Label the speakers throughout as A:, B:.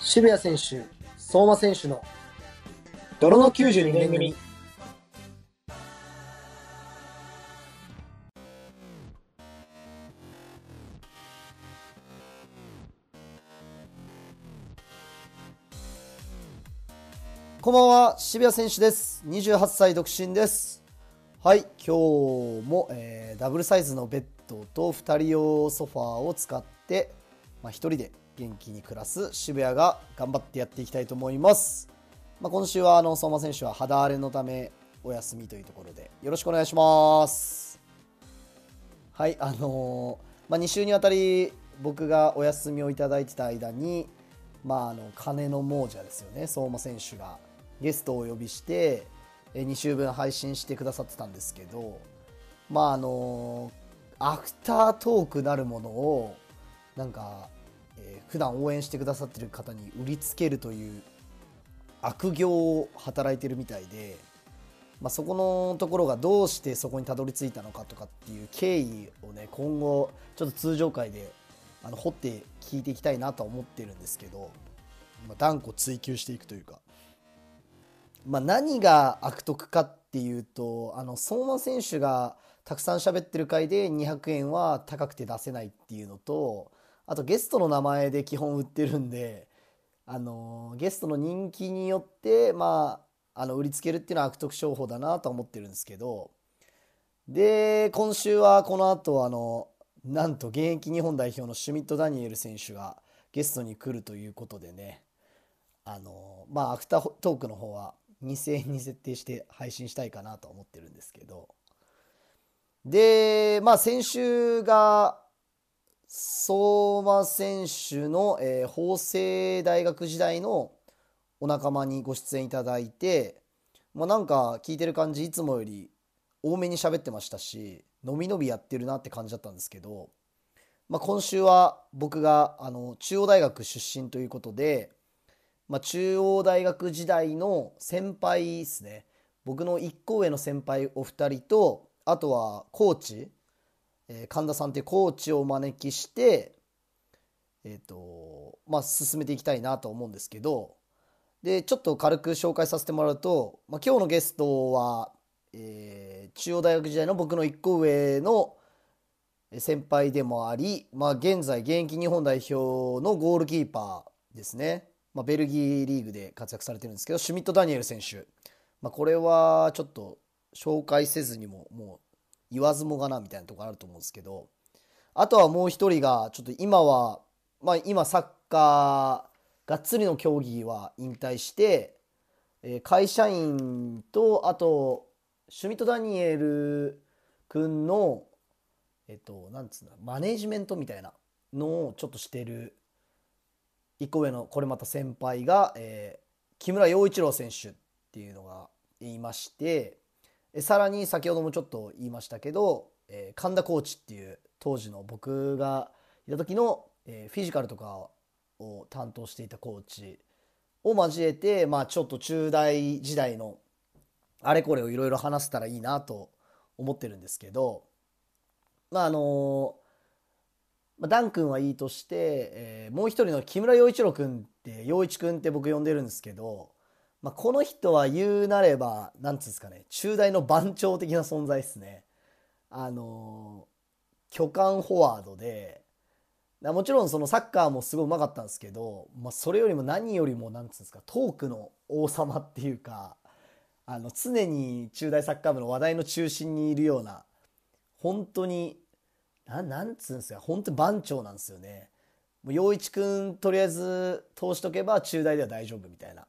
A: 渋谷選手、相馬選手の泥の92年組。
B: こんばんは、渋谷選手です。28歳独身です。はい、今日も、えーダブルサイズのベッドと2人用ソファーを使って、まあ、1人で元気に暮らす渋谷が頑張ってやっていきたいと思います。まあ、今週はあの相馬選手は肌荒れのためお休みというところでよろしくお願いします。はい、あのーまあ、2週にわたり僕がお休みをいただいてた間に、まあ、あの金の亡者ですよね相馬選手がゲストをお呼びしてえ2週分配信してくださってたんですけどまああのアフタートークなるものをなんか、えー普段応援してくださってる方に売りつけるという悪行を働いてるみたいで。まあ、そこのところがどうしてそこにたどり着いたのかとかっていう経緯をね今後ちょっと通常回であの掘って聞いていきたいなとは思ってるんですけど、まあ、断固追求していくというか、まあ、何が悪徳かっていうとあの相馬選手がたくさん喋ってる回で200円は高くて出せないっていうのとあとゲストの名前で基本売ってるんで。あのーゲストの人気によって、まあ、あの売りつけるっていうのは悪徳商法だなとは思ってるんですけどで今週はこの後あのなんと現役日本代表のシュミット・ダニエル選手がゲストに来るということでねあのーまあアフタートークの方は2000円に設定して配信したいかなとは思ってるんですけどでまあ先週が相馬選手の、えー法政大学時代のお仲間にご出演いただいて、まあ、なんか聞いてる感じいつもより多めに喋ってましたしのびのびやってるなって感じだったんですけど、まあ、今週は僕があの中央大学出身ということで、まあ、中央大学時代の先輩ですね僕の1校上の先輩お二人とあとはコーチえー神田さんっていうコーチをお招きして、えーとまあ、進めていきたいなと思うんですけどでちょっと軽く紹介させてもらうと、まあ、今日のゲストは、えー中央大学時代の僕の1個上のえー先輩でもあり、まあ、現在現役日本代表のゴールキーパーですね、まあ、ベルギーリーグで活躍されてるんですけどシュミット・ダニエル選手、まあ、これはちょっと紹介せずにももう言わずもがなみたいなところあると思うんですけどあとはもう一人がちょっと今はまあ今サッカーがっつりの競技は引退して、えー会社員とあとシュミット・ダニエル君のえっとなんつうんだマネジメントみたいなのをちょっとしてる一個上のこれまた先輩が、えー木村陽一郎選手っていうのがいまして。えさらに先ほどもちょっと言いましたけど、えー神田コーチっていう当時の僕がいた時の、えーフィジカルとかを担当していたコーチを交えて、まあ、ちょっと中大時代のあれこれをいろいろ話せたらいいなと思ってるんですけどまああのまあダン君はいいとして、えーもう一人の木村陽一郎君って陽一君って僕呼んでるんですけどまあ、この人は言うなればなんつうんですかね中大の番長的な存在ですね。あのー巨漢フォワードでなもちろんそのサッカーもすごいうまかったんですけど、まあ、それよりも何よりもなんつうんですかトークの王様っていうかあの常に中大サッカー部の話題の中心にいるような本当になんなんつうんですか本当に番長なんですよね。もう陽一君とりあえず通しとけば中大では大丈夫みたいな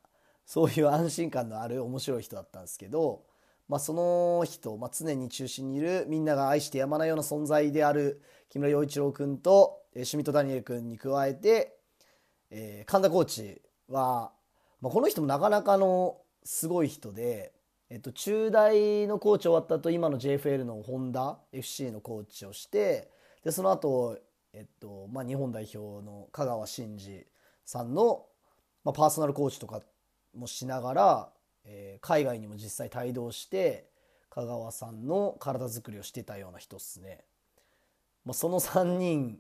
B: そういう安心感のある面白い人だったんですけど、まあ、その人、まあ、常に中心にいるみんなが愛してやまないような存在である木村陽一郎君と、えー、シュミット・ダニエル君に加えて、えー神田コーチは、まあ、この人もなかなかのすごい人で、えっと、中大のコーチ終わった後今の JFL のホンダ FC のコーチをしてでその後、えっとまあ日本代表の香川真司さんの、まあ、パーソナルコーチとかもしながら、えー海外にも実際帯同して香川さんの体づくりをしてたような人っすね。まあ、その3人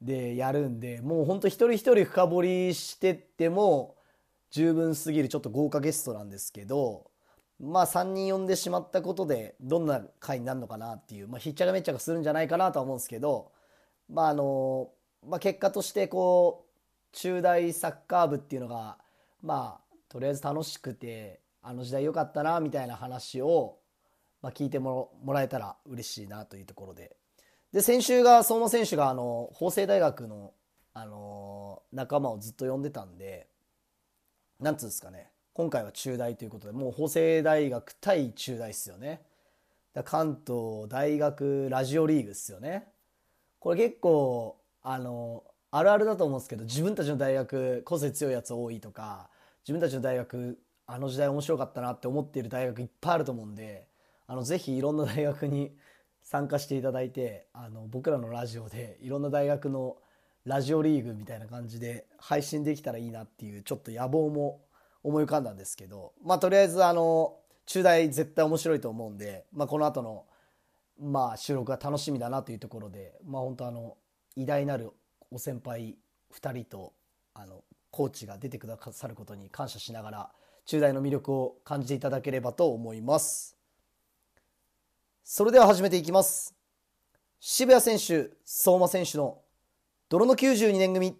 B: でやるんでもうほんと一人一人深掘りしてっても十分すぎるちょっと豪華ゲストなんですけどまあ3人呼んでしまったことでどんな回になるのかなっていう、まあ、ひっちゃかめっちゃかするんじゃないかなとは思うんですけど、まああのまあ、結果としてこう中大サッカー部っていうのがまあとりあえず楽しくてあの時代良かったなみたいな話を、まあ、聞いてももらえたら嬉しいなというところで。で先週が相馬選手があの法政大学の、あのー仲間をずっと呼んでたんでなんつうんですかね今回は中大ということでもう法政大学対中大っすよねだから関東大学ラジオリーグっすよねこれ結構あのあるあるだと思うんですけど自分たちの大学個性強いやつ多いとか自分たちの大学あの時代面白かったなって思っている大学いっぱいあると思うんであのぜひいろんな大学に参加していただいてあの僕らのラジオでいろんな大学のラジオリーグみたいな感じで配信できたらいいなっていうちょっと野望も思い浮かんだんですけどまあとりあえずあの中大絶対面白いと思うんで、まあ、この後のまあ収録が楽しみだなというところでまあ本当あの偉大なるお先輩2人とあのコーチが出てくださることに感謝しながら中大の魅力を感じていただければと思います。それでは始めていきます。渋谷選手、相馬選手の泥の92年組。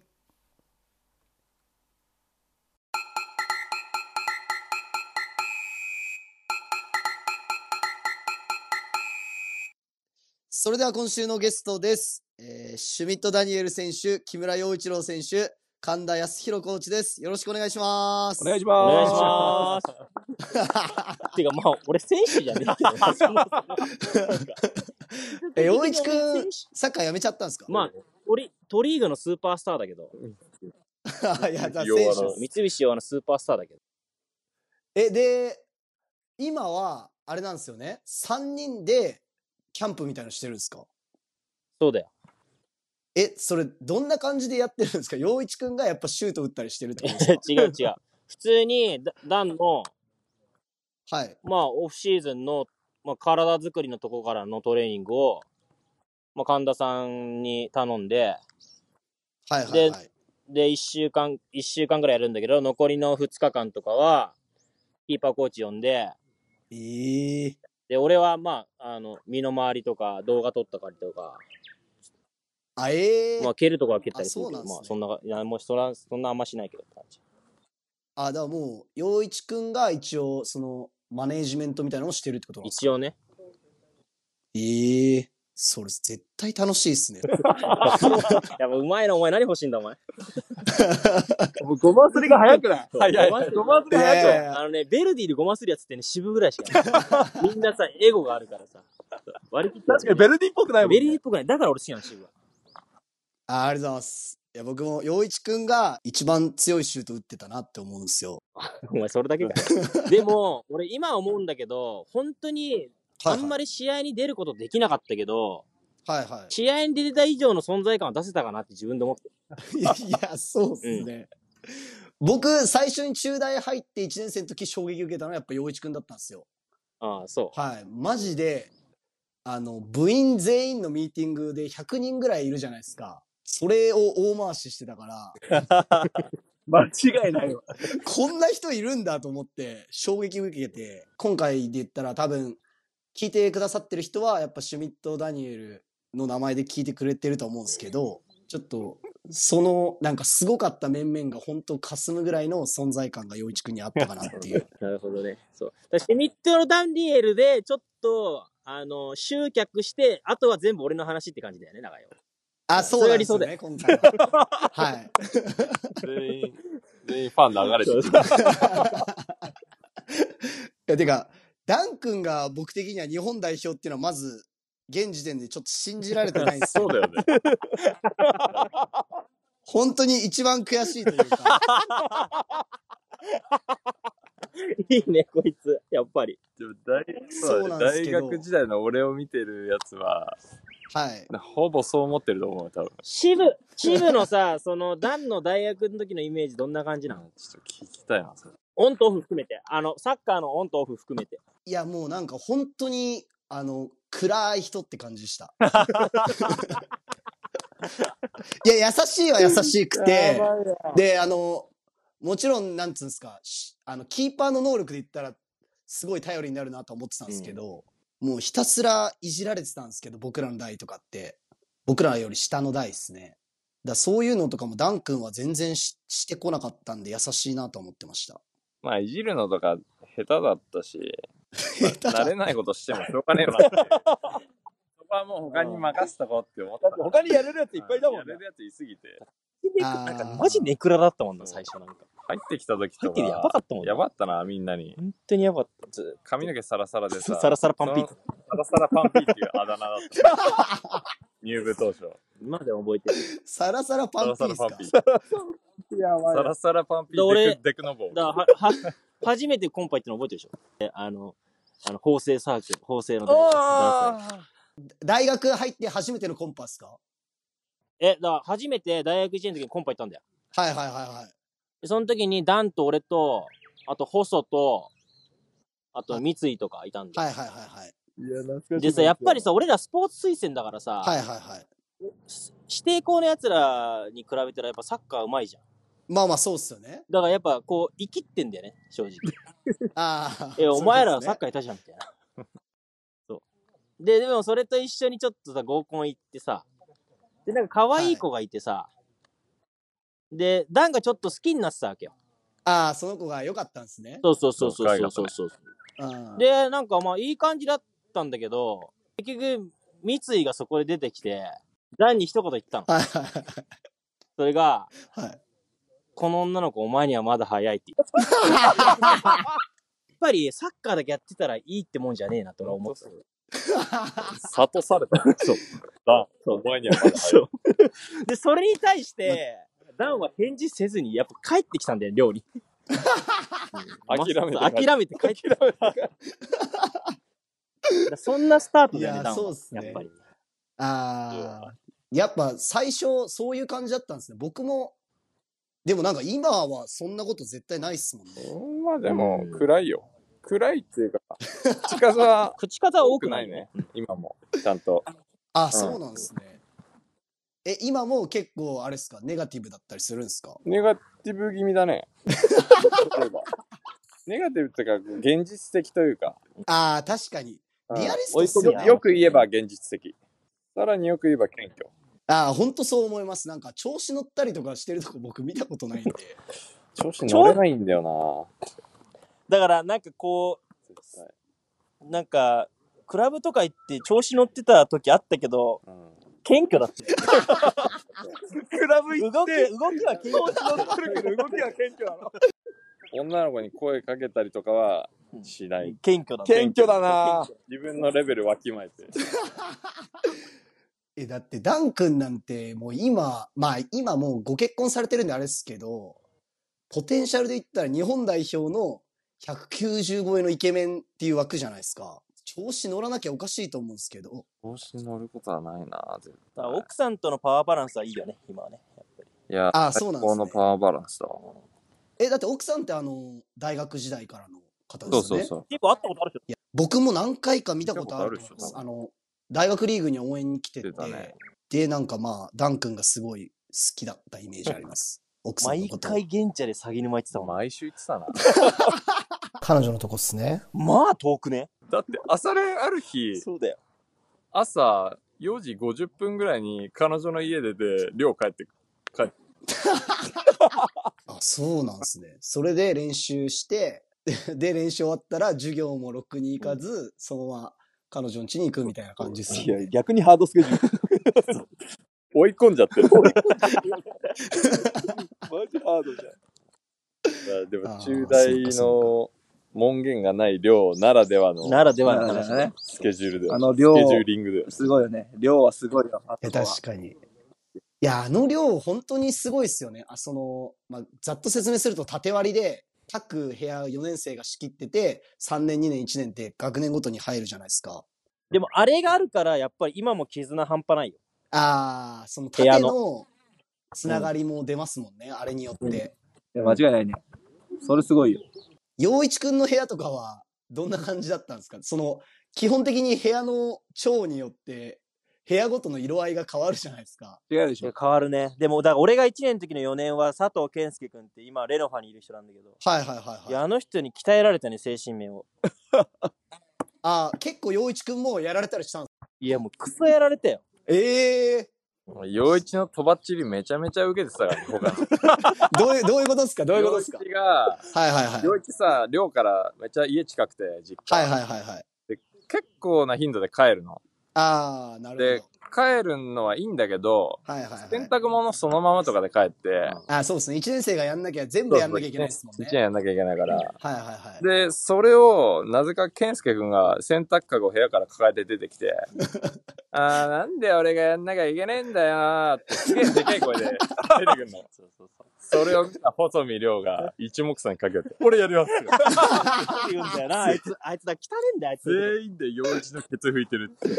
B: それでは今週のゲストです。えーシュミット・ダニエル選手、木村陽一郎選手、神田康弘コーチです。よろしくお願いします。
C: お願いします。
D: お願いします。 ていうか、まあ、俺、選手じゃねえけどな そもそもなんか
B: え、陽一くん、サッカーやめちゃったんですか
D: まあ、トリ、トリーグのスーパースターだけど、
B: あ、 いや、だから
C: 要
B: 選
C: は
B: 手
C: あ
B: で
C: の
B: す。
D: 三菱はのスーパースターだけど、
B: え、で、今は、あれなんですよね。3人で、キャンプみたいのしてるんですか
D: そうだよ。
B: え、それ、どんな感じでやってるんですか陽一くんがやっぱシュート打ったりしてるってことです
D: 違う違う。普通に、ダダンの、
B: かはい。
D: まあ、オフシーズンの、まあ、体作りのとこからのトレーニングを、まあ、神田さんに頼んで、
B: はいはいはい。
D: で、1週間、一週間ぐらいやるんだけど、残りの2日間とかは、キーパーコーチ呼んで、
B: ええ
D: で、俺は、まあ、あの、身の回りとか、動画撮ったりとか、
B: あ、ええ
D: まあ、蹴るとこは蹴ったりするけ
B: あそ
D: ど、
B: うなん
D: まあ、
B: す
D: そ
B: ね
D: んな、いやもうそら、そんなあんましないけどって感じ。
B: あ、だからもう、陽一くんが一応、その、マネージメントみたいなのをしてるってことなんですか
D: 一応ね。
B: ええそれ、絶対楽しいっすね。
D: やっぱ、うまいな、お前何欲しいんだ、お 前。
C: もうごますりが早くない
D: そう
C: 早い
D: ごます。り
C: ごますり
B: いやいや
C: 早く
B: いや
D: あのね、ベルディでごまするやつってね、渋ぐらいしかない。みんなさ、エゴがあるからさ。割り切って
C: ない。確かにベルディっぽくないもんね。
D: ベルディっぽくない。だから俺好きなの、渋は。
B: あありがとうございます。いや、僕も、陽一くんが一番強いシュート打ってたなって思うんですよ。
D: お前、それだけか。 でも、俺今思うんだけど、本当に、あんま
B: り。
D: り試合に出ることできなかったけど、
B: はいは
D: 試合に出てた以上の存在感は出せたかなって自分で思って
B: い。
D: る。
B: いや、そうっすね。僕、最初に中大入って1年生の時衝撃受けたのはやっぱ陽一くんだったんですよ。
D: ああ、そう。
B: はい。マジで、あの、部員全員のミーティングで100人ぐらいいるじゃないですか。それを大回ししてたから、
C: 間違いないわ。
B: こんな人いるんだと思って衝撃受けて、今回で言ったら多分、聞いてくださってる人はやっぱシュミット・ダニエルの名前で聞いてくれてると思うんですけど、ちょっと、そのなんかすごかった面々が本当霞むぐらいの存在感が陽一くんにあったかなっていう。
D: なるほどね。そう。だからシミットのダンディエルで、ちょっと、あの、集客して、あとは全部俺の話って感じだよね、長い
B: あ、そうなんですよ
D: それ
B: ね、今回は。はい。
C: 全員、全員ファン流れてる。
B: いや、てか、ダン君が僕的には日本代表っていうのはまず、現時点でちょっと信じられてないんです
C: そ
B: よ
C: う。だよね。
B: 本当に一番悔しいというか。
D: いいね、こいつ。やっぱり。
C: でも大
B: そうなんです
C: 大
B: けど
C: 学時代の俺を見てるやつは、
B: はい。
C: ほぼそう思ってると思うよ、多分。
D: シブ、シブの さ、その、ダンの大学の時のイメージどんな感じなの
C: ちょっと聞きたいな、それ。
D: オンとオフ含めて。あの、サッカーのオンとオフ含めて。
B: いや、もうなんか本当に、あの、暗い人って感じでした。いや、優しいは優しくて、
E: やばいわ
B: で、あの、もちろん、なんつうんですか、しあの、キーパーの能力で言ったら、すごい頼りになるなとは思ってたんですけど、もうひたすらいじられてたんですけど、僕らの代とかって、僕らより下の代ですね。だからそういうのとかもダン君は全然ししてこなかったんで優しいなと思ってました。
C: まあ、いじるのとか下手だったし、
B: 下 手
C: 慣れ
B: だ
C: ないことしてもしょうがねえなっていう。そこはもう他に任せとこうって思った
F: だって他にやれるやついっぱいだもん
C: やれ
F: ね。
C: るやついすぎて。
B: あー
D: なんかマジネクラだったもんな、最初なんか。
C: 入ってきた時
D: 入
C: と
D: っ
C: か、
D: ててやばかったもん
C: や
D: な。
C: ばったな、みんなに。
D: 本当にやばかった。ず
C: 髪の毛サラサラでさ、
D: サラサラパンピー
C: そのサラサラパンピーっていうあだ名だった。 入部当初。
D: 今でも覚えてる。
B: サラサラパ
C: サ
B: ン
C: ラ
B: ピ
C: サ
B: ー
C: ラ
B: スか
C: パン。ピー。サ
E: やばいわ
C: ラサラパンピ
D: で俺
C: ーデクデクノボー。
D: だからは、は、初めてコンパ行ったの覚えてるでしょえあの、あの、法制サークル、法制の大学。
B: 大学入って初めてのコンパっすか
D: え、だから初めて大学1年の時にコンパ行ったんだよ。
B: はいはいはいはい。
D: でその時にダンと俺と、あと細と、あと三井とかいたんで。
B: はいはいはいはい。
F: いや、懐かしい。
D: でさ、やっぱり、さ、俺らスポーツ推薦だからさ、
B: はいはいはい。
D: し指定校の奴らに比べたらやっぱサッカーうまいじゃん。
B: まあまあそうっすよね。
D: だからやっぱこう、生きってんだよね、正直。
B: ああ。
D: え、お前ら
B: そうです
D: サ
B: ね
D: ッカー下手じゃん、みたいな。そう。で、でもそれと一緒にちょっとさ、合コン行ってさ、で、なんか可愛い子がいてさ、で、ダンがちょっと好きになってたわけよ。
B: ああ、その子が良かったんですね。
D: そうそうそうそ
C: そうう可
D: そう
C: 愛か
D: そう
C: っ
D: そう。
B: うん、
D: で、なんかまあいい感じだったんだけど、結局、三井がそこで出てきて、ダンに一言言ったの。
B: はいはいはい
D: それが、
B: はい。
D: この女の子お前にはまだ早いって言った。やっぱりサッカーだけやってたらいいってもんじゃねえなと俺は思ってた。
C: 諭された。そう。だ、お前にはまだ早い。
D: で、それに対して、ダンは返事せずに、やっぱ帰ってきたんだよ、寮に。
C: 諦めて
D: まあ諦めて帰ってきた。だからそんなスタートだよ
B: いや
D: ね、ダンは。
B: そうっすね
D: やっぱり。
B: ああ。やっぱ最初そういう感じだったんですね。僕も、でもなんか今はそんなこと絶対ないっすもんね。
C: まあでも、暗いよ。暗いっていうか、近さは
D: 口数は多
C: 多
D: く
C: く
D: な
C: ないい
D: ね
C: ね。。今も、ちゃんと。
B: あ、そうなんですね。え、今も結構あれっすか、ネガティブだったりするんですか
C: ネガティブ気味だね。例え ばネガティブっていうか、現実的というか。
B: ああ、確かに。
C: うん
B: リアリストっす
D: 追
B: よ
D: い込み
B: ね。
C: よく言えば現実的。さらによく言えば謙虚。
B: ああ、ほんとそう思います。なんか調子乗ったりとかしてるとこ 僕見たことないんで。
C: 調子
D: 乗
C: 乗
D: れ
C: れないんだよ
D: だから、なんかこ
C: な。
D: う、なんか、クラブとか行って調子乗ってた時あったけど、謙虚だったよ。
F: クラブ行
D: 動
F: っ
D: き、動きは謙虚だった。
F: てるけど、動きは謙虚なの。
C: 女の子に声かけたりとかはしない。
D: 謙虚だった。
F: 謙虚だな
C: 自分のレベルわきまえて。
B: え、だって、ダン君なんて、もう今、まあ今もうご結婚されてるんであれですけど、ポテンシャルで言ったら日本代表の190超えのイケメンっていう枠じゃないですか。調子乗らなきゃおかしいと思うんですけど。
C: 調子乗ることはないな、絶
D: だから奥さんとのパワーバランスはいいよね、今はね。
C: 対。いや、
B: あそうなんですね
C: 最高のパワーバランスだわ。
B: え、だって奥さんってあの、大学時代からの方です
C: そ
B: よ
C: う
B: ね。
C: そうそう。
D: 結構会ったことあるけど。
B: 僕も何回か見たことあると思いま
C: 見た
B: す。
C: ことあ
B: あ
C: る
B: の、大学リーグに応援に来てて、
C: 出たね。
B: で、なんかまあ、ダン君がすごい好きだったイメージあります。 奥さんの
D: 毎
B: こと。
D: 回現地で詐欺沼行ってたもん。
C: 毎週言ってたな。
B: 彼女のとこっすね。
D: まあ遠くね。
C: だって、朝練ある日、
D: そうだよ。
C: 朝4時50分ぐらいに彼女の家出て、寮帰ってくる。
B: あ、そうなんですね。それで練習して、 で、で練習終わったら授業もろくに行かず、そのまま彼女の家に行くみたいな感じっす
F: い
B: ね。
F: や、逆にハードスケジュール。
C: 追い込んじゃ ってる。
F: マジハードじゃん。
C: で
B: あ
C: も、
B: ー
C: 中大
B: そ
C: の門限がない寮ならではの
D: ならではの話
F: だね。
C: スケジュールで。
F: あの寮
C: スケジューリングで。
F: すごいよね。量はすごいよ。あ
B: いや、
F: とは
B: 確かに。いや、あの量、本当にすごいっすよね。あ、その、まあ、ざっと説明すると縦割りで、各部屋4年生が仕切ってて、3年、2年、1年って学年ごとに入るじゃないですか。
D: でもあれがあるから、やっぱり今も絆半端ないよ。
B: ああ、その
D: 部
B: 縦
D: 屋
B: のつながりも出ますもんね、あれによって。
F: いや間違いないね。それすごいよ。
B: 陽一くんの部屋とかはどんな感じだったんですかその、基本的に部屋の長によって部屋ごとの色合いが変わるじゃないですか。
F: 違うでし
D: い
F: ょ
D: や。変わるね。でも、だから俺が1年の時の4年は佐藤健介君って今、レノファにいる人なんだけど、
B: はいはいはい
D: い
B: はい。
D: や、あの人に鍛えられたね、精神面を。
B: あー結構陽一くんもやられたりしたんです
D: いや、もうクソやられた よ。
B: ええ
C: 洋一のとばっちりめちゃめちゃ受けてたか らね、他の。
B: ー、どういう、どういうことです かどういうこと
C: 洋
B: です
C: 一
B: か
C: が、
B: はいはいはい。
C: 洋一さ、寮からめっちゃ家近くて、実家。
B: はいはいはいはい。
C: 結構な頻度で帰るの。
B: ああ、なる
C: で
B: ほ、
C: 帰るのはいいんだけど、
B: ど。はいはいはい。
C: 洗濯物そのままとかで帰って、
B: あーそうですね。1年生がやんなきゃ、全部やんなきゃいけないですもん
C: 一
B: ね。
C: 年やんなきゃいけないから。
B: はいはいはい。
C: で、それを、なぜか健介くんが洗濯かごを部屋から抱えて出てきて、あー、なんで俺がやんなきゃいけねえんだよーって、すげえでかい声で出てくるの。それを見た細見亮が一目散にかけて、俺やりますよ。
D: って言うんだよな、あいつ、 あいつだ、汚ねえんだよ、あいつ。
C: 全員で洋一のケツ拭いてるって。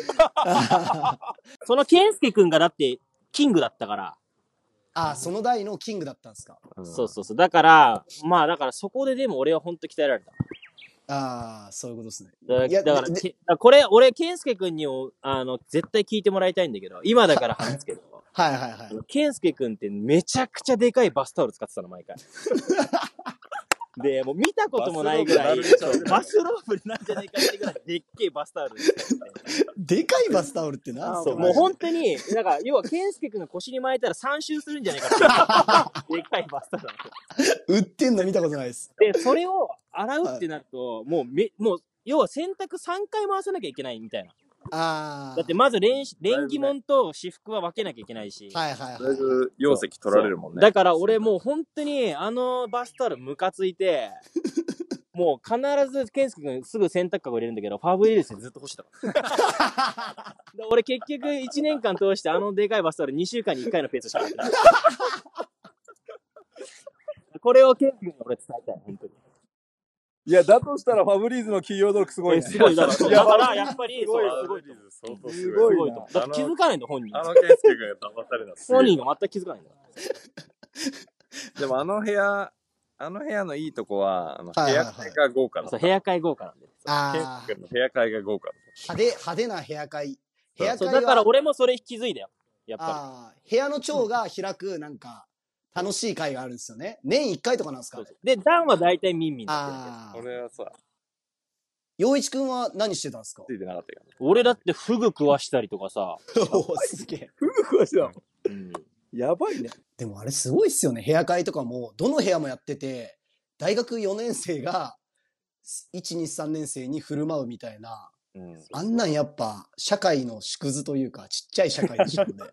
D: その健介君がだって、キングだったから、
B: ああ、その代のキングだったんですか。
D: そうそうそう。だから、まあだからそこででも俺は本当鍛えられた。
B: ああ、そういうことですね。
D: だ
B: いや
D: だから、
B: で
D: けだからこれ、俺、健介君にも、あの、絶対聞いてもらいたいんだけど、今だから話すけど、
B: はいはいは
D: あ
B: い。
D: の健介君ってめちゃくちゃでかいバスタオル使ってたの、毎 回。で、もう見たこともないぐらい、そうバスローブになんじゃないかってぐらい、でっけえバスタオル使ってて。
B: でかいバスタオルってな
D: そう、もう本当に、なんか、要は、健介君が腰に巻いたら3周するんじゃないかって いう。でっかいバスタオルなんですよ
B: 売ってんの見たことないです。
D: で、それを洗うってなると、もうめ、もう、要は洗濯3回回さなきゃいけないみたいな。
B: ああ。
D: だってまず連し、連着物と私服は分けなきゃいけないし。
B: はいはい
C: だい
B: はい。
C: ぶ容積取られるもんね。
D: だから俺もう本当に、あのバスタオルムカつい て、もう必ず健介君すぐ洗濯かご入れるんだけど、ファブリールスでずっと干してた から。で俺結局1年間通してあのでかいバスタオル2週間に1回のペースしか買って ない。これを健介君に俺伝えたい、本当に。
F: いや、だとしたらファブリーズの企業努力すごいね。
D: すごい、だから、だからやっぱり、
C: すごい
D: そうすごいと思う。
C: 相当
F: す
C: す
F: ご
C: ごい。
F: い
D: すごいと思う。だって気づかないんだ、本人。
C: あの健介君が騙されたすげえ
D: 本人が全く気づかないんだ。
C: でもあの部屋、あの部屋のいいとこは、あの部
B: はいはい
C: 屋
B: はい
C: 会が豪華だ
D: そう、部屋会豪華なんで。
B: ああ
C: 健介。君の部屋会が豪華だ
B: 派手、派手な部屋会。部屋
D: そ
B: 会
D: う、
B: は
D: だから俺もそれ気づいたよ。やっぱ
B: ああ、部屋の長が開く、なんか、楽しい会があるんですよね。年1回とかなんです
D: り
B: か。
D: で、ダンは大体ミンミンだってる
B: ああ。
C: 俺はさ、
B: 洋一くんは何してたんですか
C: ついてなかったけど。
D: 俺だってフグ食わしたりとかさ。
B: おおすげえ。
D: うん。
F: やばいね。
B: でもあれすごいっすよね。部屋会とかも、どの部屋もやってて、大学4年生が、1、2、3年生に振る舞うみたいな。
C: うん。
B: あんなんやっぱ、社会の縮図というか、ちっちゃい社会でしたも んね。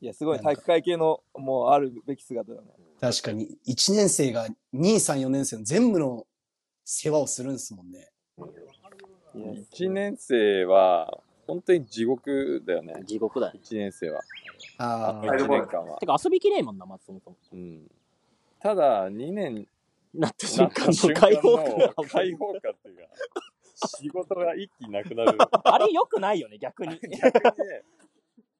F: いや、すごい体育会系の、もうあるべき姿だね。
B: 確かに、1年生が2、3、4年生の全部の世話をするんですもんね。
F: いや
C: 1年生は、本当に地獄だよね。
D: 地獄だね。
C: 1年生は。
B: あ
C: 1
B: あ、
C: 年間は
D: て。か遊びきれいもんな、松本も。
C: うん。ただ、2年
D: なった
C: な
D: 瞬
C: った
D: 間
C: 瞬
D: の
C: 間
D: 解
C: の
D: 放感が。
C: 解放感っていうか、仕事が一気になくなる。
D: あれ良くないよね、逆に。2
C: 逆にね、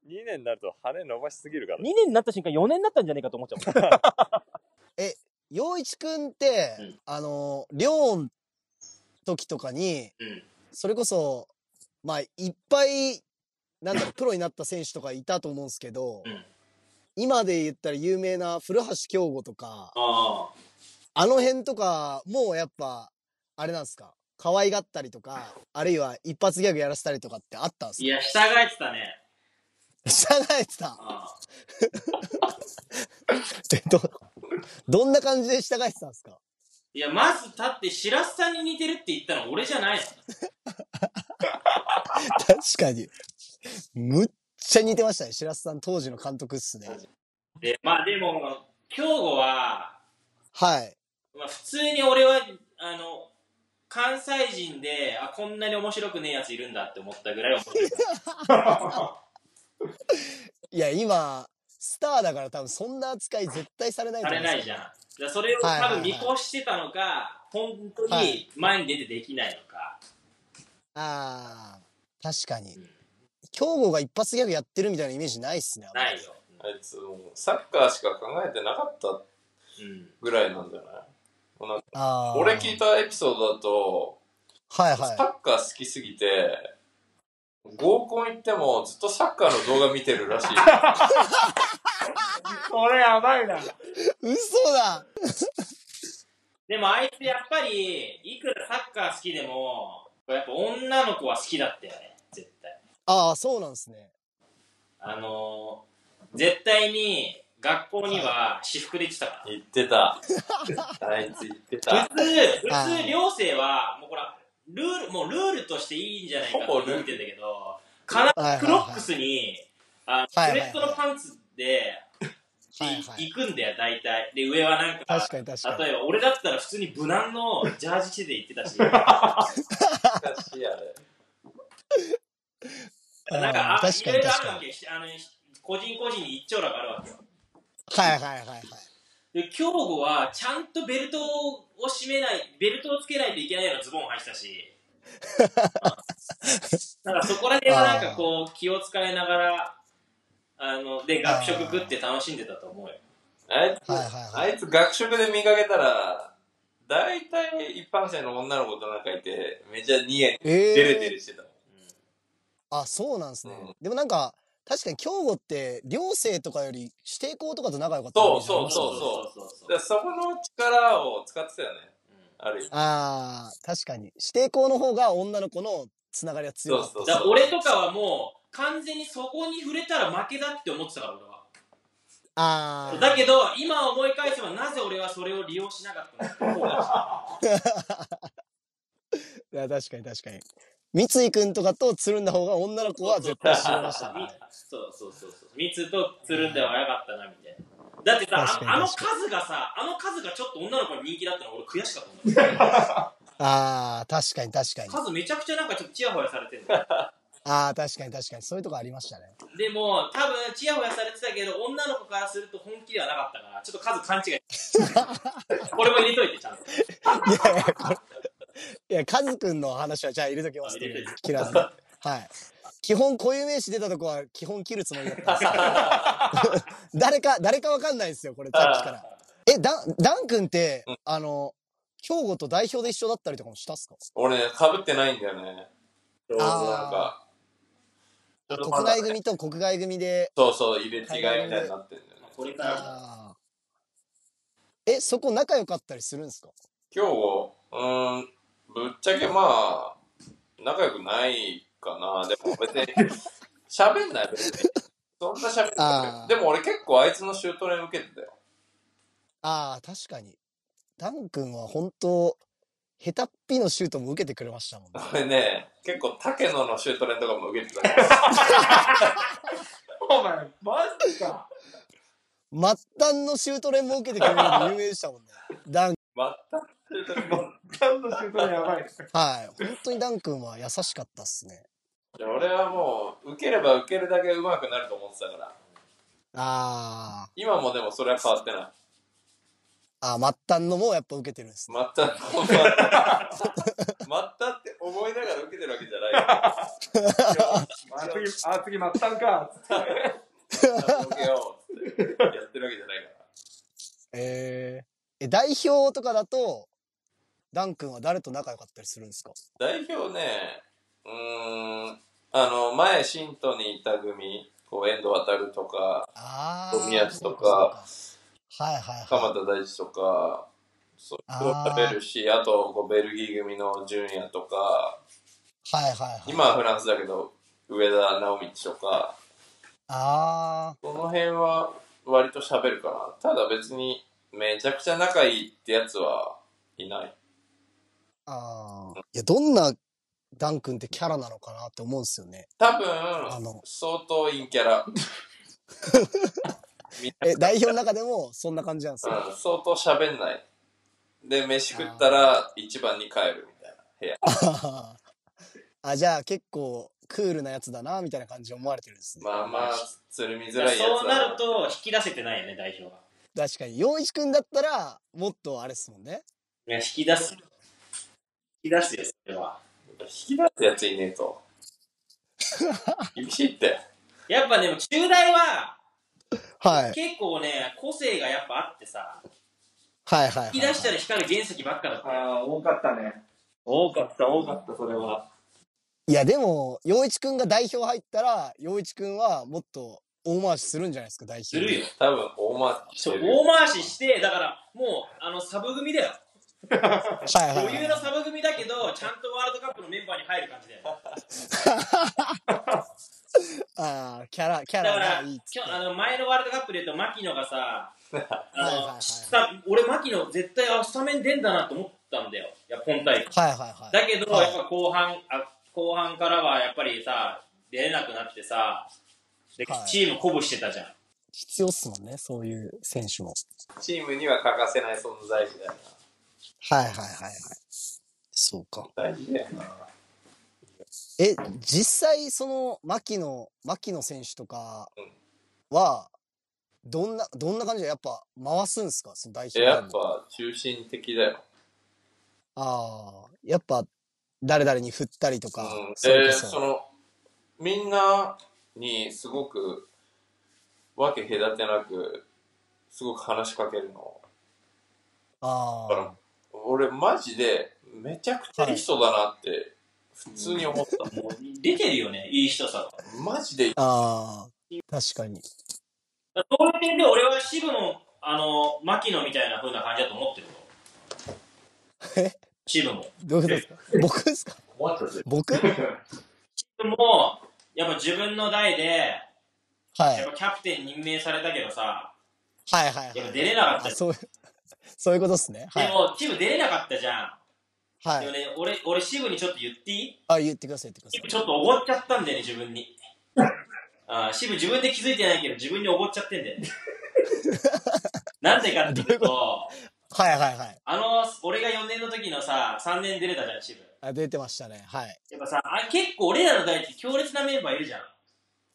C: 2年になると羽伸ばしすぎるから。
D: 年になった瞬間4年になったんじゃねえかと思っちゃうもん。
G: 陽一くんって、
D: うん
G: あの、寮の時とかに、
D: ん
G: それこそ、まあ、いっぱい、なんだろう、プロになった選手とかいたと思うんですけど、
D: うん
G: 今で言ったら有名な古橋京吾とか、
D: あ
G: あの辺とか、もうやっぱ、あれなんですか可愛がったりとか、あるいは一発ギャグやらせたりとかってあったんすか
D: や、従えてたね。
G: 従えてた。で ど、どんな感じで従えてたんですか
D: いや、まず立って、白洲さんに似てるって言ったの俺じゃない
G: 確かに。むっちゃ似てましたね。白洲さん当時の監督っすね。
D: で、まあでも、京吾は、
G: はい。
D: まあ、普通に俺はあの関西人であこんなに面白くねえやついるんだって思った ぐらい面白い
G: いや、今、スターだから多分そんな扱い絶対されないと
D: さ
G: 思う
D: れ
G: んですよ
D: ないじゃんだからそれを
G: はいはい
D: 多
G: はい
D: 分見越してたのか、本当
G: は
D: に
G: い
D: 前に出てできないのか、
G: ああ、確かに。強豪が一発ギャグやってるみたいなイメージないっすね。
D: ないよ、
C: あいつもうサッカーしか考えてなかった
D: うん、
C: ぐらいなんじゃないもうなんか
G: ああ。
C: 俺聞いたエピソードだと、
G: はいはい。
C: サッカー好きすぎて合コン行ってもずっとサッカーの動画見てる らしい。
D: これやばいな。
B: 嘘だ
D: でもあいつやっぱり、いくらサッカー好きでも、やっぱ女の子は好きだったよね、絶対。
B: ああ、そうなんですね。
D: あのー、絶対に学校には私服で行ってたから。
C: 言ってた。あいつ言ってた。
D: 普通、普
B: は
D: 通、
B: い
D: 寮生は、もうほら、ルール、もうルールとしていいんじゃないかと
C: ほぼ
D: 思っ
C: ルール
D: てんだけど、必
B: はいはいはい
D: ずクロックスに、
B: は
D: あの
B: い
D: スウ
B: はい
D: ェ
B: はい
D: ットのパンツで、で
B: はいはい
D: 行くんだよ、大体。で、上はなんか
B: 確、かに確かに。
D: 例えば俺だったら普通に無難のジャージ着てて行ってた し、
C: 懐かしいあれ。
D: なんか、
B: あー
D: あ
B: 確
D: い
B: か
D: ろ
B: に
D: いろあ
B: 確
D: るわ
B: か
D: けよしあの、し個人個人に一丁羅があるわけよ。
B: に。はいはいはいはい。
D: で、競歩は、ちゃんとベルトを締めない、ベルトをつけないといけないようなズボンを履いてたし。 だからそこら辺はなんかこう、気を使いながら、あの、で、学食食って楽しんでたと思うよ。
C: あいつ、
B: はいはい
C: あいつ学食で見かけたら、大体一般生の女の子となんかいて、めちゃニヤニヤ、
B: え
C: デレデレしてたもん。
B: あ、そうなんですね
C: うん。
B: でもなんか、確かに競歩って、寮生とかより指定校とかと仲良かったイメージありますもんね
C: そうそう
D: そうそ
C: だ
D: う
C: からそこの力を使ってたよね。ある意味。
B: ああ、確かに。指定校の方が女の子のつながりは強い
C: そ
B: うです。
C: そう
D: だから
C: そう。
D: 俺とかはもう、完全にそこに触れたら負けだって思ってたから、俺は。
B: ああ。
D: だけど、今思い返せば、なぜ俺はそれを利用しなかったのかって思うから。
B: いや、確かに確かに。三井くんとかとつるんだ方が女の子は絶対知れました ね。
D: そうそうそうそう密とつるんでは早かったなみたいなだってさ
B: 確かに
D: ああの
B: 確
D: 数がさあの数がちょっと女の子に人気だったの俺悔しかったんだよ
B: ああ、確かに確かに。
D: 数めちゃくちゃなんかちょっとチヤホヤされてるの
B: ああ、確かに確かに。そういうとこありましたね。
D: でも多分チヤホヤされてたけど女の子からすると本気ではなかったからちょっと数勘違 いこれも入れといてちゃんと
B: いやいや、これいや、カズくんの話はじゃあ入れときます
D: あ入れといて
B: 切らずに。はい。基本固有名詞出たとこは基本切るつもりだったんですけど誰か、誰かわかんないですよ、これ、さっきから。え、ダン、ダン君って、あの、兵庫と代表で一緒だったりとかもしたっすか
C: 俺ね、被ってないんだよね。ちょうどなんか。ちょうどま
B: 国
C: だ
B: 内組と国外組で。
C: そうそう、入れ違いみたいになってんだよね。
D: これから
B: あーえ、そこ仲良かったりするんですか
C: 今日、うーん、ぶっちゃけまあ、仲良くないかな。でも別に、 喋んない別に。そんな喋ん
B: あ
C: な
B: ー
C: い。でも俺結構あいつのシュート練受けてたよ。
B: ああ、確かに。ダン君は本当、下手っぴのシュートも受けてくれましたもんね。
C: 俺ね、結構竹野のシュート練とかも受けて たから。
D: お前マジか
B: 末端のシュート練も受けてくれるの有名でしたもんね。ダン、
C: 全くシュート練
D: 何の仕事やば
B: は
D: い
B: い。本当にダン君は優しかったっすね。
C: 俺はもう、受ければ受けるだけ上手くなると思ってたから。
B: あ
C: 今もでもそれは変わってない。
B: あ、あー末端のもやっぱ受けてるんですね。
C: まった、まった、まったって思いながら受けてるわけじ ゃない
D: あ次あ次末端か
C: よ。ちゃんと受けようってやってるわけじゃないから。
B: えー、え、代表とかだと、ダン君は誰と仲良かったりするんですか
C: 代表ね、うーん、あの、前、新都にいた組、こう、遠藤航とか、
B: ああ。
C: 富安と
B: そう
C: か
B: かそうか。はいはいはい。
C: 鎌田大地とか、そういう人
B: あ
C: も
B: ー
C: 食べるし、あと、こう、ベルギー組の純也とか、
B: はいはいはい。
C: 今はフランスだけど、上田直道とか、
B: あ
C: この辺は割と喋るかな。ただ別に、めちゃくちゃ仲いいってやつはいない。
B: あ、ああ。いや、どんなダン君ってキャラなのかなって思うんですよね。
C: 多
B: あの
C: 分、相当陰キャラ。
B: え、代表の中でもそんな感じなんですか
C: うん、相当喋んない。で、飯食ったら一番に帰るみたいな部屋。
B: あー あ、じゃあ結構クールなやつだな、みたいな感じで思われてるんですね。
C: まあまあ、つるみづらいやつだ
D: そうなると引き出せてないよね代表が
B: 確かに。洋一くんだったら、もっとあれっすもんね。
D: いや引き出す引き出すよそれは
C: 引き出すやついねえと。 厳しいって。
D: やっぱでも中大は
B: はい。
D: 結構ね個性がやっぱあってさ
B: はいはいはい、はい。
D: 引き出したら光る原石ばっかだったよ
H: ああ、多かったね。
D: 多かった多
H: 多かった、それは。
B: いや、でも、洋一くんが代表入ったら、洋一くんはもっと大回しするんじゃないですか、代表。
D: するよ。
I: 多分、大回しして
D: そう
I: るよ。
D: 大回しして、だから、もう、あの、サブ組だよ。
B: はいはい、は
D: 余
B: い
D: 裕のサブ組だけど、ちゃんとワールドカップのメンバーに入る感じだよ。
B: ああ、キャラ、キャ
D: だ
B: ラ
D: か
B: が
D: ら、
B: いいっ
D: 今
B: つ
D: 日
B: って。
D: あの前のワールドカップで言うと、牧野がさ、あ
B: はいはいは
D: の
B: い
D: スタ俺、牧野、絶対あスタメン出んだなと思ったんだよ、いや本大会。
B: はいはいはい。
D: だけど、
B: はい
D: やっぱ後半あ、後半からはやっぱりさ、出れなくなってさ、で
B: はい
D: チーム鼓舞してたじゃん。
B: 必要っすもんね、そういう選手も。
I: チームには欠かせない存在みたいな。
B: はいはいはいはい。そうか。
I: 大事だよな。
B: え、実際、その、牧野、牧野選手とかは、どんな、どんな感じで、やっぱ、回すんすかその代表
I: やっ
B: あ
I: ぱ、中心的だよ。
B: あー、やっぱ、誰々に振ったりとか、
I: うん、
B: それ
I: で
B: こ
I: そ
B: そ。
I: のみんなにすごく分け隔てなくすごく話しかけるの
B: あ
I: だから俺マジでめちゃくちゃいい人だなって普通に思った、
D: もう出てるよね、いい人さ。
I: マジで
B: あ、ああ、確かに。
D: そういう点で俺は渋野、あの、牧野みたいな風な感じだと思ってるよ。
B: え
D: 渋野も。
B: どういうこと ですか僕ですか僕はい。
D: でも、やっぱ自分の代で、やっぱキャプテン任命されたけどさ、
B: はいはい
D: やっ
B: は
D: ぱ
B: い。
D: 出れなかった
B: あ、
D: よ
B: そう いう、そういうことっすね。は
D: で
B: い。
D: も、チーム出れなかったじゃん。
B: は
D: でも
B: い。
D: ね、俺、俺、シブにちょっと言っていい
B: あ、言ってください、言ってくだ
D: シ
B: さ
D: ブ
B: い。
D: ちょっとおごっちゃったんだよね、自分に。あーシブ自分で気づいてないけど、自分におごっちゃってん だよね。なんでかっていうと、
B: はいはいはい。
D: あの、俺が4年の時のさ、3年出れたじゃん、シブ。
B: あ出てましたね。はい。
D: やっぱさ、あ結構俺らの代って強烈なメンバーいるじゃん。
B: い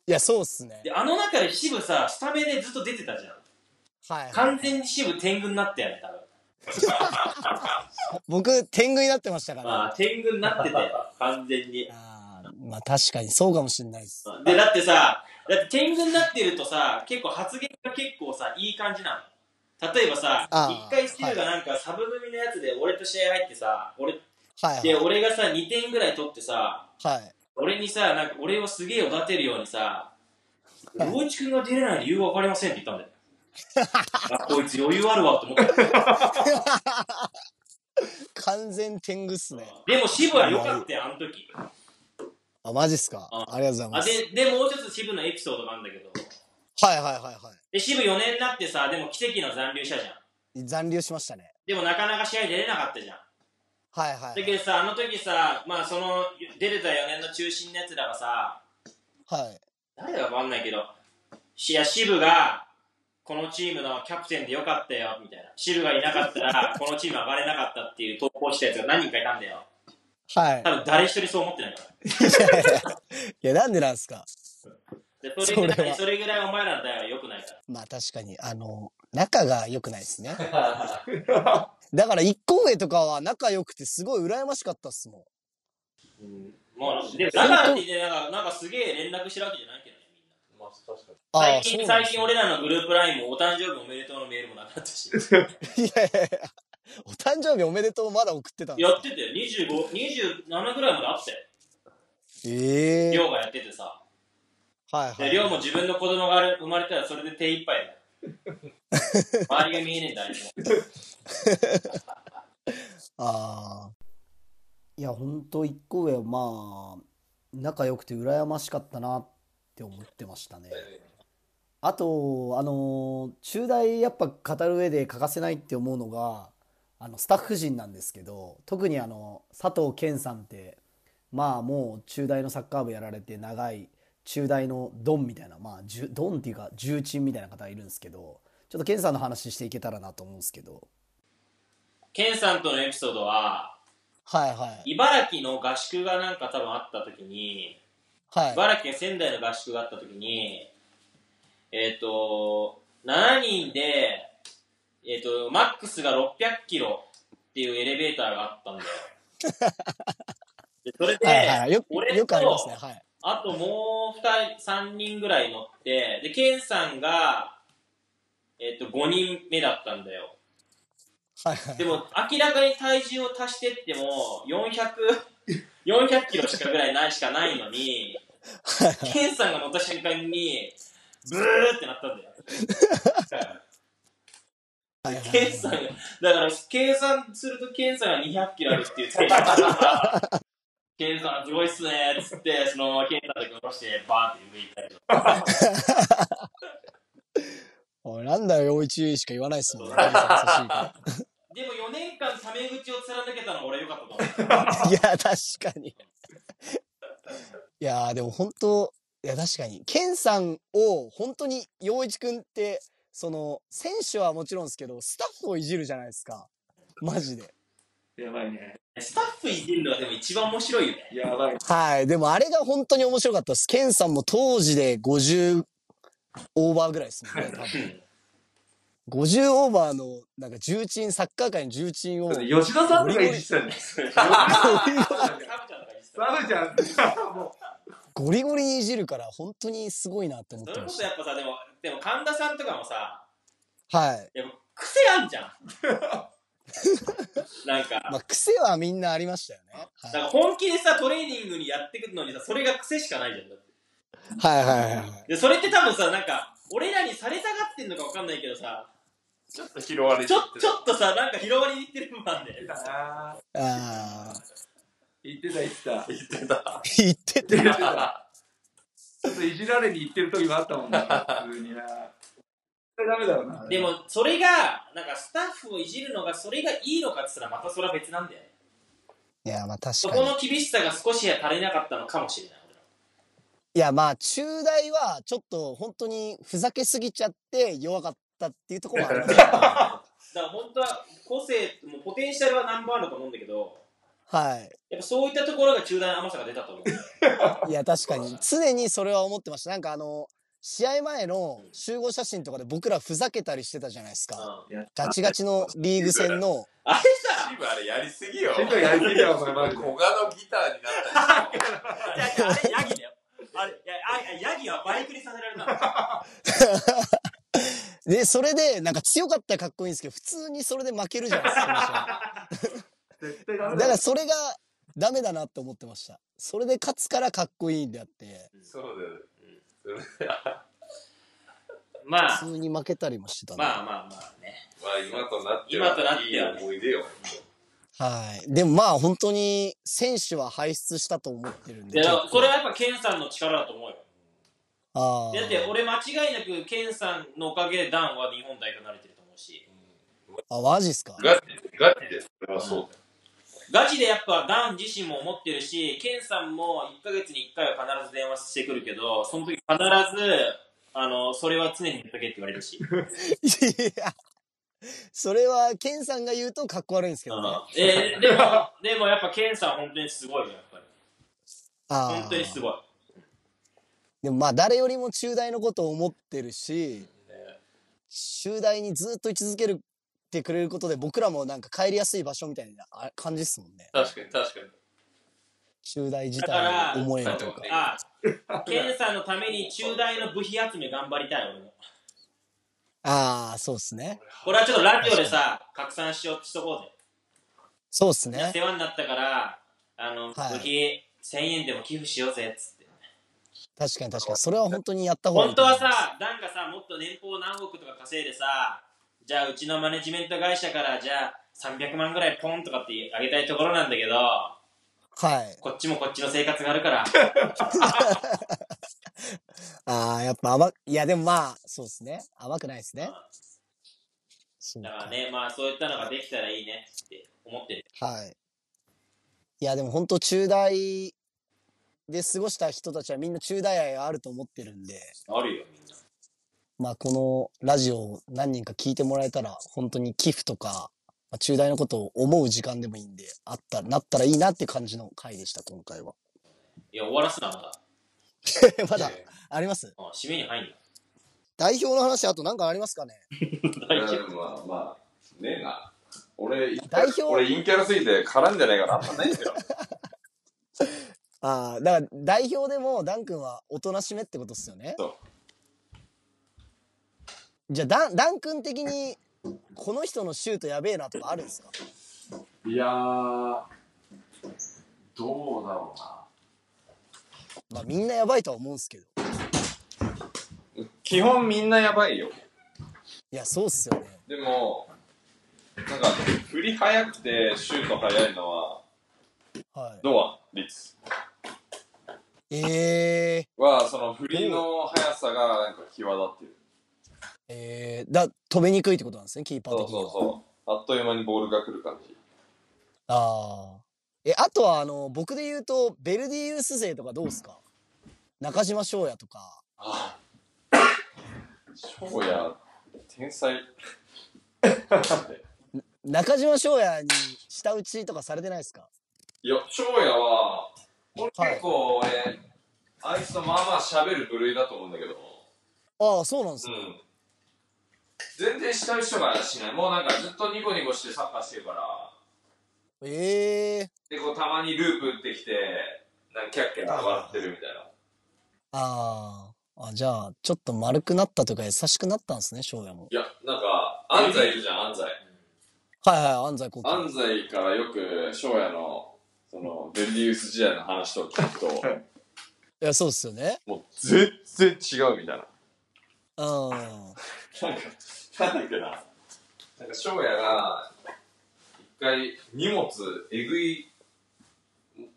B: や、そうっすね。
D: で、あの中でシブさ、スタメンでずっと出てたじゃん。
B: はいはい。
D: 完全にシブ天狗になったよね、多分。
B: 僕、天狗になってましたから。
D: まあ、天狗になってて、完全に。
B: あーまあ確かにそうかもしれないです。
D: で、だってさ、だって天狗になってるとさ、結構発言が結構さ、いい感じなの。例えばさ、
B: あー
D: 一回スティーがなんかサブ組のやつで俺と試合入ってさ、俺、
B: はい、
D: で、
B: はい。
D: 俺がさ、2点ぐらい取ってさ、
B: はい。
D: 俺にさ、なんか俺をすげえおだてるようにさ、洋一君が出れない理由わかりませんって言ったんだよ。あこいつ余裕あるわと思った。
B: 完全天狗っすね。
D: でも渋は良かったよ、あの時。
B: あ、マジっすか。あ
D: あ
B: りがとうござい
D: あ
B: ます。
D: で、で、もう一つ渋のエピソードがあるんだけど、
B: はいはいはいは
D: で、渋4年になってさ、でも奇跡の残留者じゃん。
B: い。残留しましたね。
D: でもなかなか試合出れなかったじゃん。
B: はいはい
D: だ。けどさ、あの時さ、まあその、出てた4年の中心のやつらがさ、
B: はい。
D: 誰だかわかんないけど、しいや、シブが、このチームのキャプテンでよかったよ、みたいな。シブがいなかっ たら、このチーム上がれなかったっていう投稿したやつが何人かいたんだよ。
B: はい。
D: 多分誰一人そう思ってないから。
B: いや、なんでなんすか。
D: でそれぐ
B: そ
D: ら
B: れ
D: い、
B: は
D: それぐらいお前らの代は良くないから。
B: まあ確かに、あの、仲が良くないです ね。だから一個上とかは仲良くてすごい羨ましかったっすもん。
D: もう、でもだからって言って、なんか、なんかすげえ連絡してるわけじゃないけどね、みんな。
B: あ
D: 最
B: あ、そう
D: 近、
B: なん
D: 最
B: です
D: 近
B: ね
D: 俺らのグループラインもお誕生日おめでとうのメールもなかっ たし。
B: いやいやいや。お誕生日おめでとうまだ送ってたんで
D: やってたよ、25、27ぐらいまであったよ。
B: すええ
D: りょうがやっててさ。
B: はいは
D: で、
B: い。
D: りょうも自分の子供が生まれたらそれで手一杯 だよ。周りが見えねえんだ、あいつも。
B: あ
J: いや、ほんと一個上はまあ、仲良くて羨ましかったなって思ってましたね。あと、あのー中大やっぱ語る上で欠かせないって思うのが、あの、スタッフ陣なんですけど、特にあの、佐藤健さんって、まあもう中大のサッカー部やられて長い、中大のドンみたいな、まあ、じゅドンっていうか重鎮みたいな方がいるんですけど、ちょっと健さんの話していけたらなと思うんですけど、
D: ケンさんとのエピソードは、
B: あ。はいはい。
D: 茨城の合宿がなんか多分あった時に、
B: はい。
D: 茨城や仙台の合宿があった時に、えっ、と、7人で、えっ、と、マックスが600キロっていうエレベーターがあったんだよ。 でそれで、
B: はいはい。よ
D: 俺と
B: よくありますね。はい。
D: あともう2人、3人ぐらい乗って、で、ケンさんが、えっ、と、5人目だったんだよ。
B: はいはい。
D: でも、明らかに体重を足してっても、400、 400キロしかぐらいないしかないのに、ケンさんが乗った瞬間に、ブーってなったんだよ。ケンさんが、だから計算するとケンさんが200キロあるっていう体感だから、ケンさんすごいっすねっつって、そのままケンさんだけ下ろして、バーって上行ったりとか。
B: おい、なんだよ、陽一しか言わないっすもんね。
D: でも4年間タメ口を貫けたの俺良かったと思う。
B: いや、確かに。いやー、でも本当、いや、確かに。ケンさんを、本当に、陽一くんって、その、選手はもちろんですけど、スタッフをいじるじゃないですか。マジで。
I: やばいね。
D: スタッフいじるのがでも一番面白いよね。
I: やばい。
B: はい。でも、あれが本当に面白かったです。ケンさんも当時で50オーバーぐらいですもんね、多 分。50オーバーの、なんか重鎮、サッカー界の重鎮を、
I: 吉田さんとかいじってたんですよ。
D: サブちゃんとかいじってた
I: サブちゃん。
B: ゴリゴリにいじるから、本当にすごいなって思っ
D: そ
B: て
D: れ
B: ま
D: こ
B: し
D: そやっぱさ、でも、でも神田さんとかもさ、
B: た。はい。
D: やっぱ癖 あんじゃん。なんか、
B: まあ、癖はみんなありましたよね。
D: なんか
B: は
D: 本気でさ、トレーニングにやってくのにさ、それが癖しかないじゃん。だって
B: い、はい、はいはいはい。
D: で、それって多分さ、なんか、俺らにされたがってんのかわかんないけどさ、
I: ちょっと拾われ
D: ちょ、ちょっとさ、なんか広がりにいってる部分あんだよね。
I: ああ。
B: ああ。
I: 言ってた言ってた。
B: 言って て。
I: ちょっといじられに行ってる時もあったもんな、普通にな。それダメだろうな。
D: でも、それが、なんかスタッフをいじるのが、それがいいのかって言ったら、またそれは別なんだよね。
B: いや、まあ確
D: そ
B: か
D: こ
B: に。
D: の厳しさが少しは足りなかったのかもしれない。
B: いや、まあ中大はちょっと本当にふざけすぎちゃって弱かったっていうところもあ りました。
D: だから本当は個性もうポテンシャルはナンバーあると思うんだけど
B: はい。
D: やっぱそういったところが中大の甘さが出たと思う
B: いや、確かに。常にそれは思ってました。なんかあの、試合前の集合写真とかで僕らふざけたりしてたじゃないですか。
D: うん
B: ガチガチのリーグ戦の。
D: あれさ
I: チームあれやりすぎよ。
F: チームやりすぎだよお前マジで
I: 古賀のギターになったりして
D: あれヤギだよあれいやあヤギはバイクにさせられたの
B: で、それで、なんか強かったらかっこいいんですけど、普通にそれで負けるじ ゃないですか。
I: 絶対ダ
B: だ
I: メだ
B: か
I: ろ
B: ら。それがダメだなって思ってました。それで勝つからかっこいいんであって、
I: そうだよね。
D: まあ
B: 普通に負けたりもしてたんで
D: まあまあまあね
I: まあ今となって
D: 今となってはい
I: い思い出よ。
B: はい。でもまあ本当に選手は輩出したと思ってるんで。
D: で
B: ちょっと
D: それはやっぱケンさんの力だと思うよ
B: あ
D: だって俺間違いなくケンさんのおかげでダンは日本代表になれてると思うし
B: あ。あ、マジっすか
I: ガチ、ガチです。それは
D: そう
I: だよ。
D: ガチでやっぱダン自身も思ってるし、ケンさんも1ヶ月に1回は必ず電話してくるけど、その時必ず、あの、それは常に言っとけって言われるし。
B: いや。それは、ケンさんが言うとかっこ悪いんですけどね。
D: えーでも、でもやっぱケンさん本当にすごいよ、やっぱり。
B: あー
D: 本当にすごい。
B: でもまあ誰よりも中大のことを思ってるし、中大にずっと居続けるってくれることで僕らもなんか帰りやすい場所みたいなあ感じっすもんね。
I: 確かに確かに。
B: 中大自
D: だから
B: 体の思いとか。
D: あ、ケンさんのために中大の部費集め頑張りたい、俺も。
B: ああ、そうですね。
D: これはちょっとラジオでさ、拡散しようしとこう
B: そうです
D: ぜ。
B: ね。
D: 世話になったから、あの、
B: はい
D: 部費1000円でも寄付しようぜ、つって。
B: 確かに確かに。それは本当にやった方がいい
D: 本
B: と
D: 当
B: 思い
D: は
B: ます。
D: さ、ダンがさ、もっと年俸何億とか稼いでさ、じゃあうちのマネジメント会社から、じゃあ300万ぐらいポンとかってあげたいところなんだけど、
B: はい。
D: こっちもこっちの生活があるから、
B: ああ、やっぱ甘く、いやでもまあ、そうですね。甘くないですね。そう
D: だ
B: か
D: からね、まあそういったのができたらいいねって思ってる。
B: はい。いやでも本当中大で過ごした人たちはみんな中大愛があると思ってるんで、
D: あるよ、みんな。
B: まあこのラジオを何人か聞いてもらえたら、本当に寄付とか、まあ、中大のことを思う時間でもいいんで、あった、なったらいいなって感じの回でした、今回 は。
D: いや、終わらすな、まだ。
B: まだ、あります
D: うん締めに入ん
B: 代表の話、あと何かありますかね
D: な。
I: まあまあ、ねえな。俺、
B: 代表
I: 俺陰キャラすぎて絡んでないからあんまないんだよ。
B: ああ、だから代表でもダン君はおとなしめってことっすよね。。
I: そう
B: じゃあダン、ダン君的に、この人のシュートやべえなとかあるんですか
I: いやー、どうだろうな。
K: まあみんなやばいとは思うんすけど。
I: 基本みんなやばいよ。
K: いや、そうっすよね。
I: でも、なんか、振り早くてシュート早いのは、
K: はい。
I: ノア、リツ
K: えー、
I: は、その振りの速さがなんか際立ってる。
K: えー、だ、飛べにくいってことなんですね、キーパー
I: そう
K: 的には。
I: そうそう。あっという間にボールが来る感じ。
K: ああ。え、あとは、あの、僕で言うと、ベルディユース勢とかどうっすか中島翔也とか。
I: 翔や天才。
K: 中島翔也に下打ちとかされてないっすか
I: いや、翔也は、俺
K: はい
I: 結構俺、あいつとまあまあ喋る部類だと思うんだけど、
K: ああ、そうなんです
I: う
K: か、
I: ん。全然下打ちとかしない。もうなんかずっとニコニコしてサッカーしてるから、
K: ええー。
I: で、こうたまにループ打ってきて、なんかキャッキャ笑ってるみたいな。
K: ああ。あ、じゃあ、ちょっと丸くなったというか、優しくなったんですね、翔也も。
I: いや、なんか、安西いるじゃん、安西。
K: はいはい、安西高校。
I: 安西からよく翔也の、その、ベルディウス時代の話とか聞くと、
K: いや、そうっすよね。
I: もう全然違うみたいな。
K: うん。は
I: なんか、なんだっけな。なんか、翔也が、一回、荷物、えぐい、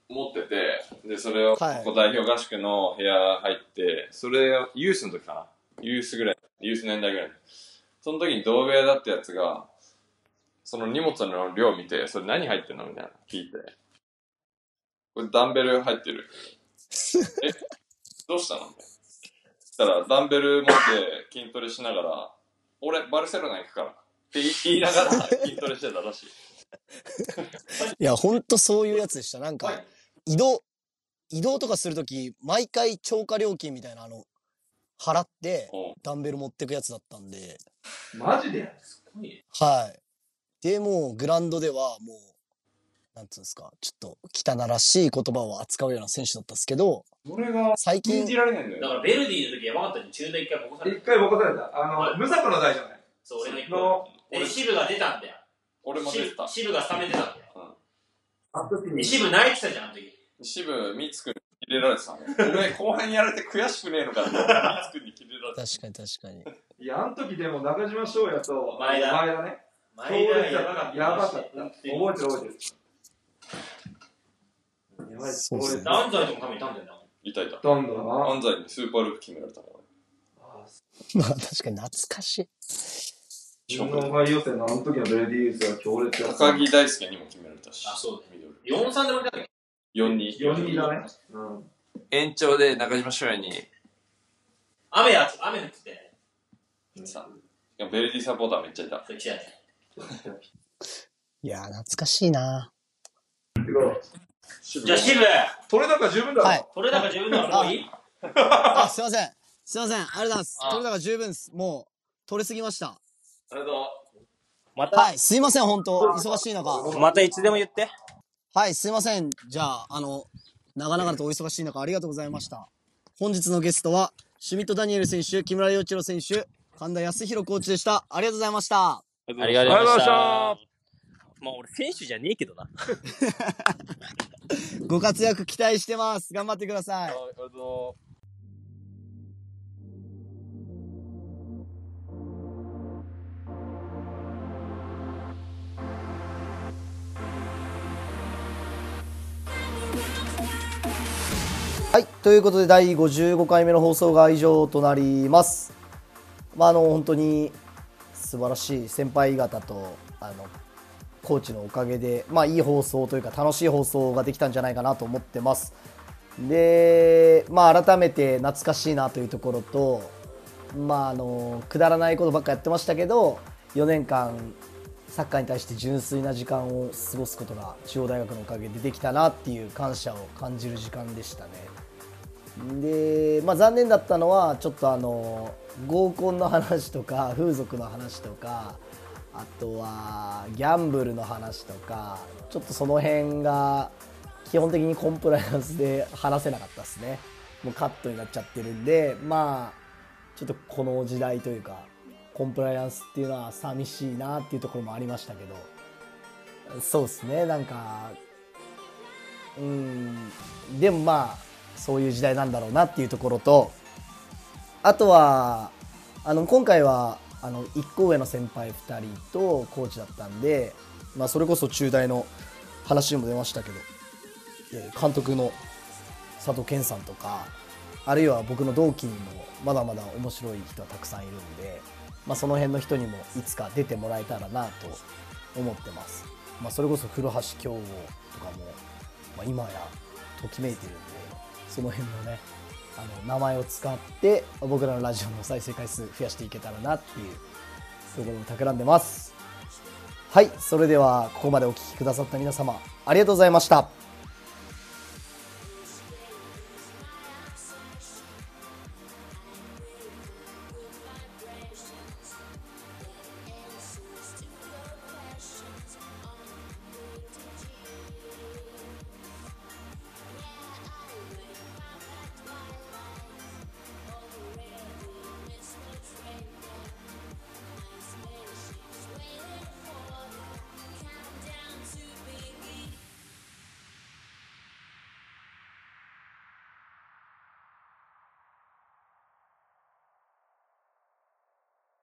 I: 持ってて、で、それを、こ
K: はい
I: こ代表合宿の部屋入って、それを、ユースの時かな。ユースぐらい、ユース年代ぐらい。その時に同部屋だったやつが、その荷物の量見て、それ何入ってんのみたいな、聞いて。これダンベル入っ てる。えどうしたのそしたらダンベル持って筋トレしながら「俺バルセロナ行くから」って言いな がら筋トレしてたらしい
K: いや、ほんとそういうやつでした。なん
I: は
K: か
I: い、
K: 移動、移動とかするとき、毎回超過料金みたいな、あの、払って、ダンベル持ってくやつだったんで、
I: マジですごい
K: はい。で、もう、グラウンドでは、もう、なんつうんですか、ちょっと、汚らしい言葉を扱うような選手だったんですけど、
I: それが
K: 最
I: 信
K: 近
I: じ、られないんだ
D: だか
I: よ
D: らベルディの時やばかったのに中断一回ボコされた。
F: 回ボコされた。あ
D: はい
F: 無策の代じゃない。
D: そう、俺の一
F: の
D: 個。で、渋が出たんだよ。
I: 俺も出てた
D: 渋がスタメン出たんだよ。
F: あの時
D: で、渋泣いてたじゃん、あの時。
I: 渋光くんに入れられてたの俺後半にやられて悔しくねえのかな光くんに切れられて
K: 確かに確かに。
F: いや、あの時でも中島翔也と
D: 前田
F: 前田ね。
D: 前田やばかった。
F: やばかった。覚えてる覚えてる。やばい、
K: そうっすね
F: 俺
D: 何歳とも多分いたんだよな。
I: いたいた
F: どんどんだな。
I: 安西にスーパーループ決められたもん
F: あ
K: まあ、確かに懐かしい。
F: 自分の前予選のあの時のベルディユースは強烈だった。
I: 高木大輔にも決められたし
D: あ、そうだね。
I: ミドル
D: 4-3で負けたんだっ
I: 4-2
F: 4人だね。うん。
I: 延長で中島翔也に
D: 雨や、雨降ってて、
I: さベルディサポーターめっちゃいた
D: それ来たやつ。
K: いやー、懐かしいな
F: けど、
I: 渋
D: じゃあ渋、
F: 取れ高十分だろ。
K: はい
D: 取れ高自分のはもういい
K: あ、すいません。すいません。ありがとうございます。
D: あ
K: 取れ高十分です。もう、取れすぎました。
I: ありがとう
L: また、
K: はい、すいません、本当忙しい中。
L: またいつでも言って。
K: はい、すいません。じゃあ、あの、長々とお忙しい中、ありがとうございました。本日のゲストは、シュミット・ダニエル選手、木村陽一郎選手、神田康弘コーチでした。ありがとうございました。
L: ありがとうございました。
C: あ
L: まあ俺選手じゃねえけどな。
K: ご活躍期待してます。頑張ってください。
B: はい、ということで第55回目の放送が以上となります。まあ、あの本当に素晴らしい先輩方とあのコーチのおかげで、まあ、いい放送というか楽しい放送ができたんじゃないかなと思ってます。で、まあ、改めて懐かしいなというところと、まあ、あのくだらないことばっかやってましたけど4年間サッカーに対して純粋な時間を過ごすことが中央大学のおかげでできたなっていう感謝を感じる時間でしたね。で、まあ、残念だったのはちょっとあの合コンの話とか風俗の話とかあとはギャンブルの話とかちょっとその辺が基本的にコンプライアンスで話せなかったですねもうカットになっちゃってるんでまあちょっとこの時代というかコンプライアンスっていうのは寂しいなっていうところもありましたけどそうですねなんかうんでもまあそういう時代なんだろうなっていうところとあとはあの今回はあの1個上の先輩2人とコーチだったんで、まあ、それこそ中大の話にも出ましたけどえー監督の佐藤健さんとかあるいは僕の同期にもまだまだ面白い人はたくさんいるんで、まあ、その辺の人にもいつか出てもらえたらなと思ってます、まあ、それこそ古橋京吾とかも、まあ、今やときめいてるんでその辺のねあの名前を使って僕らのラジオの再生回数増やしていけたらなっていうところも企んでますはいそれではここまでお聞きくださった皆様ありがとうございました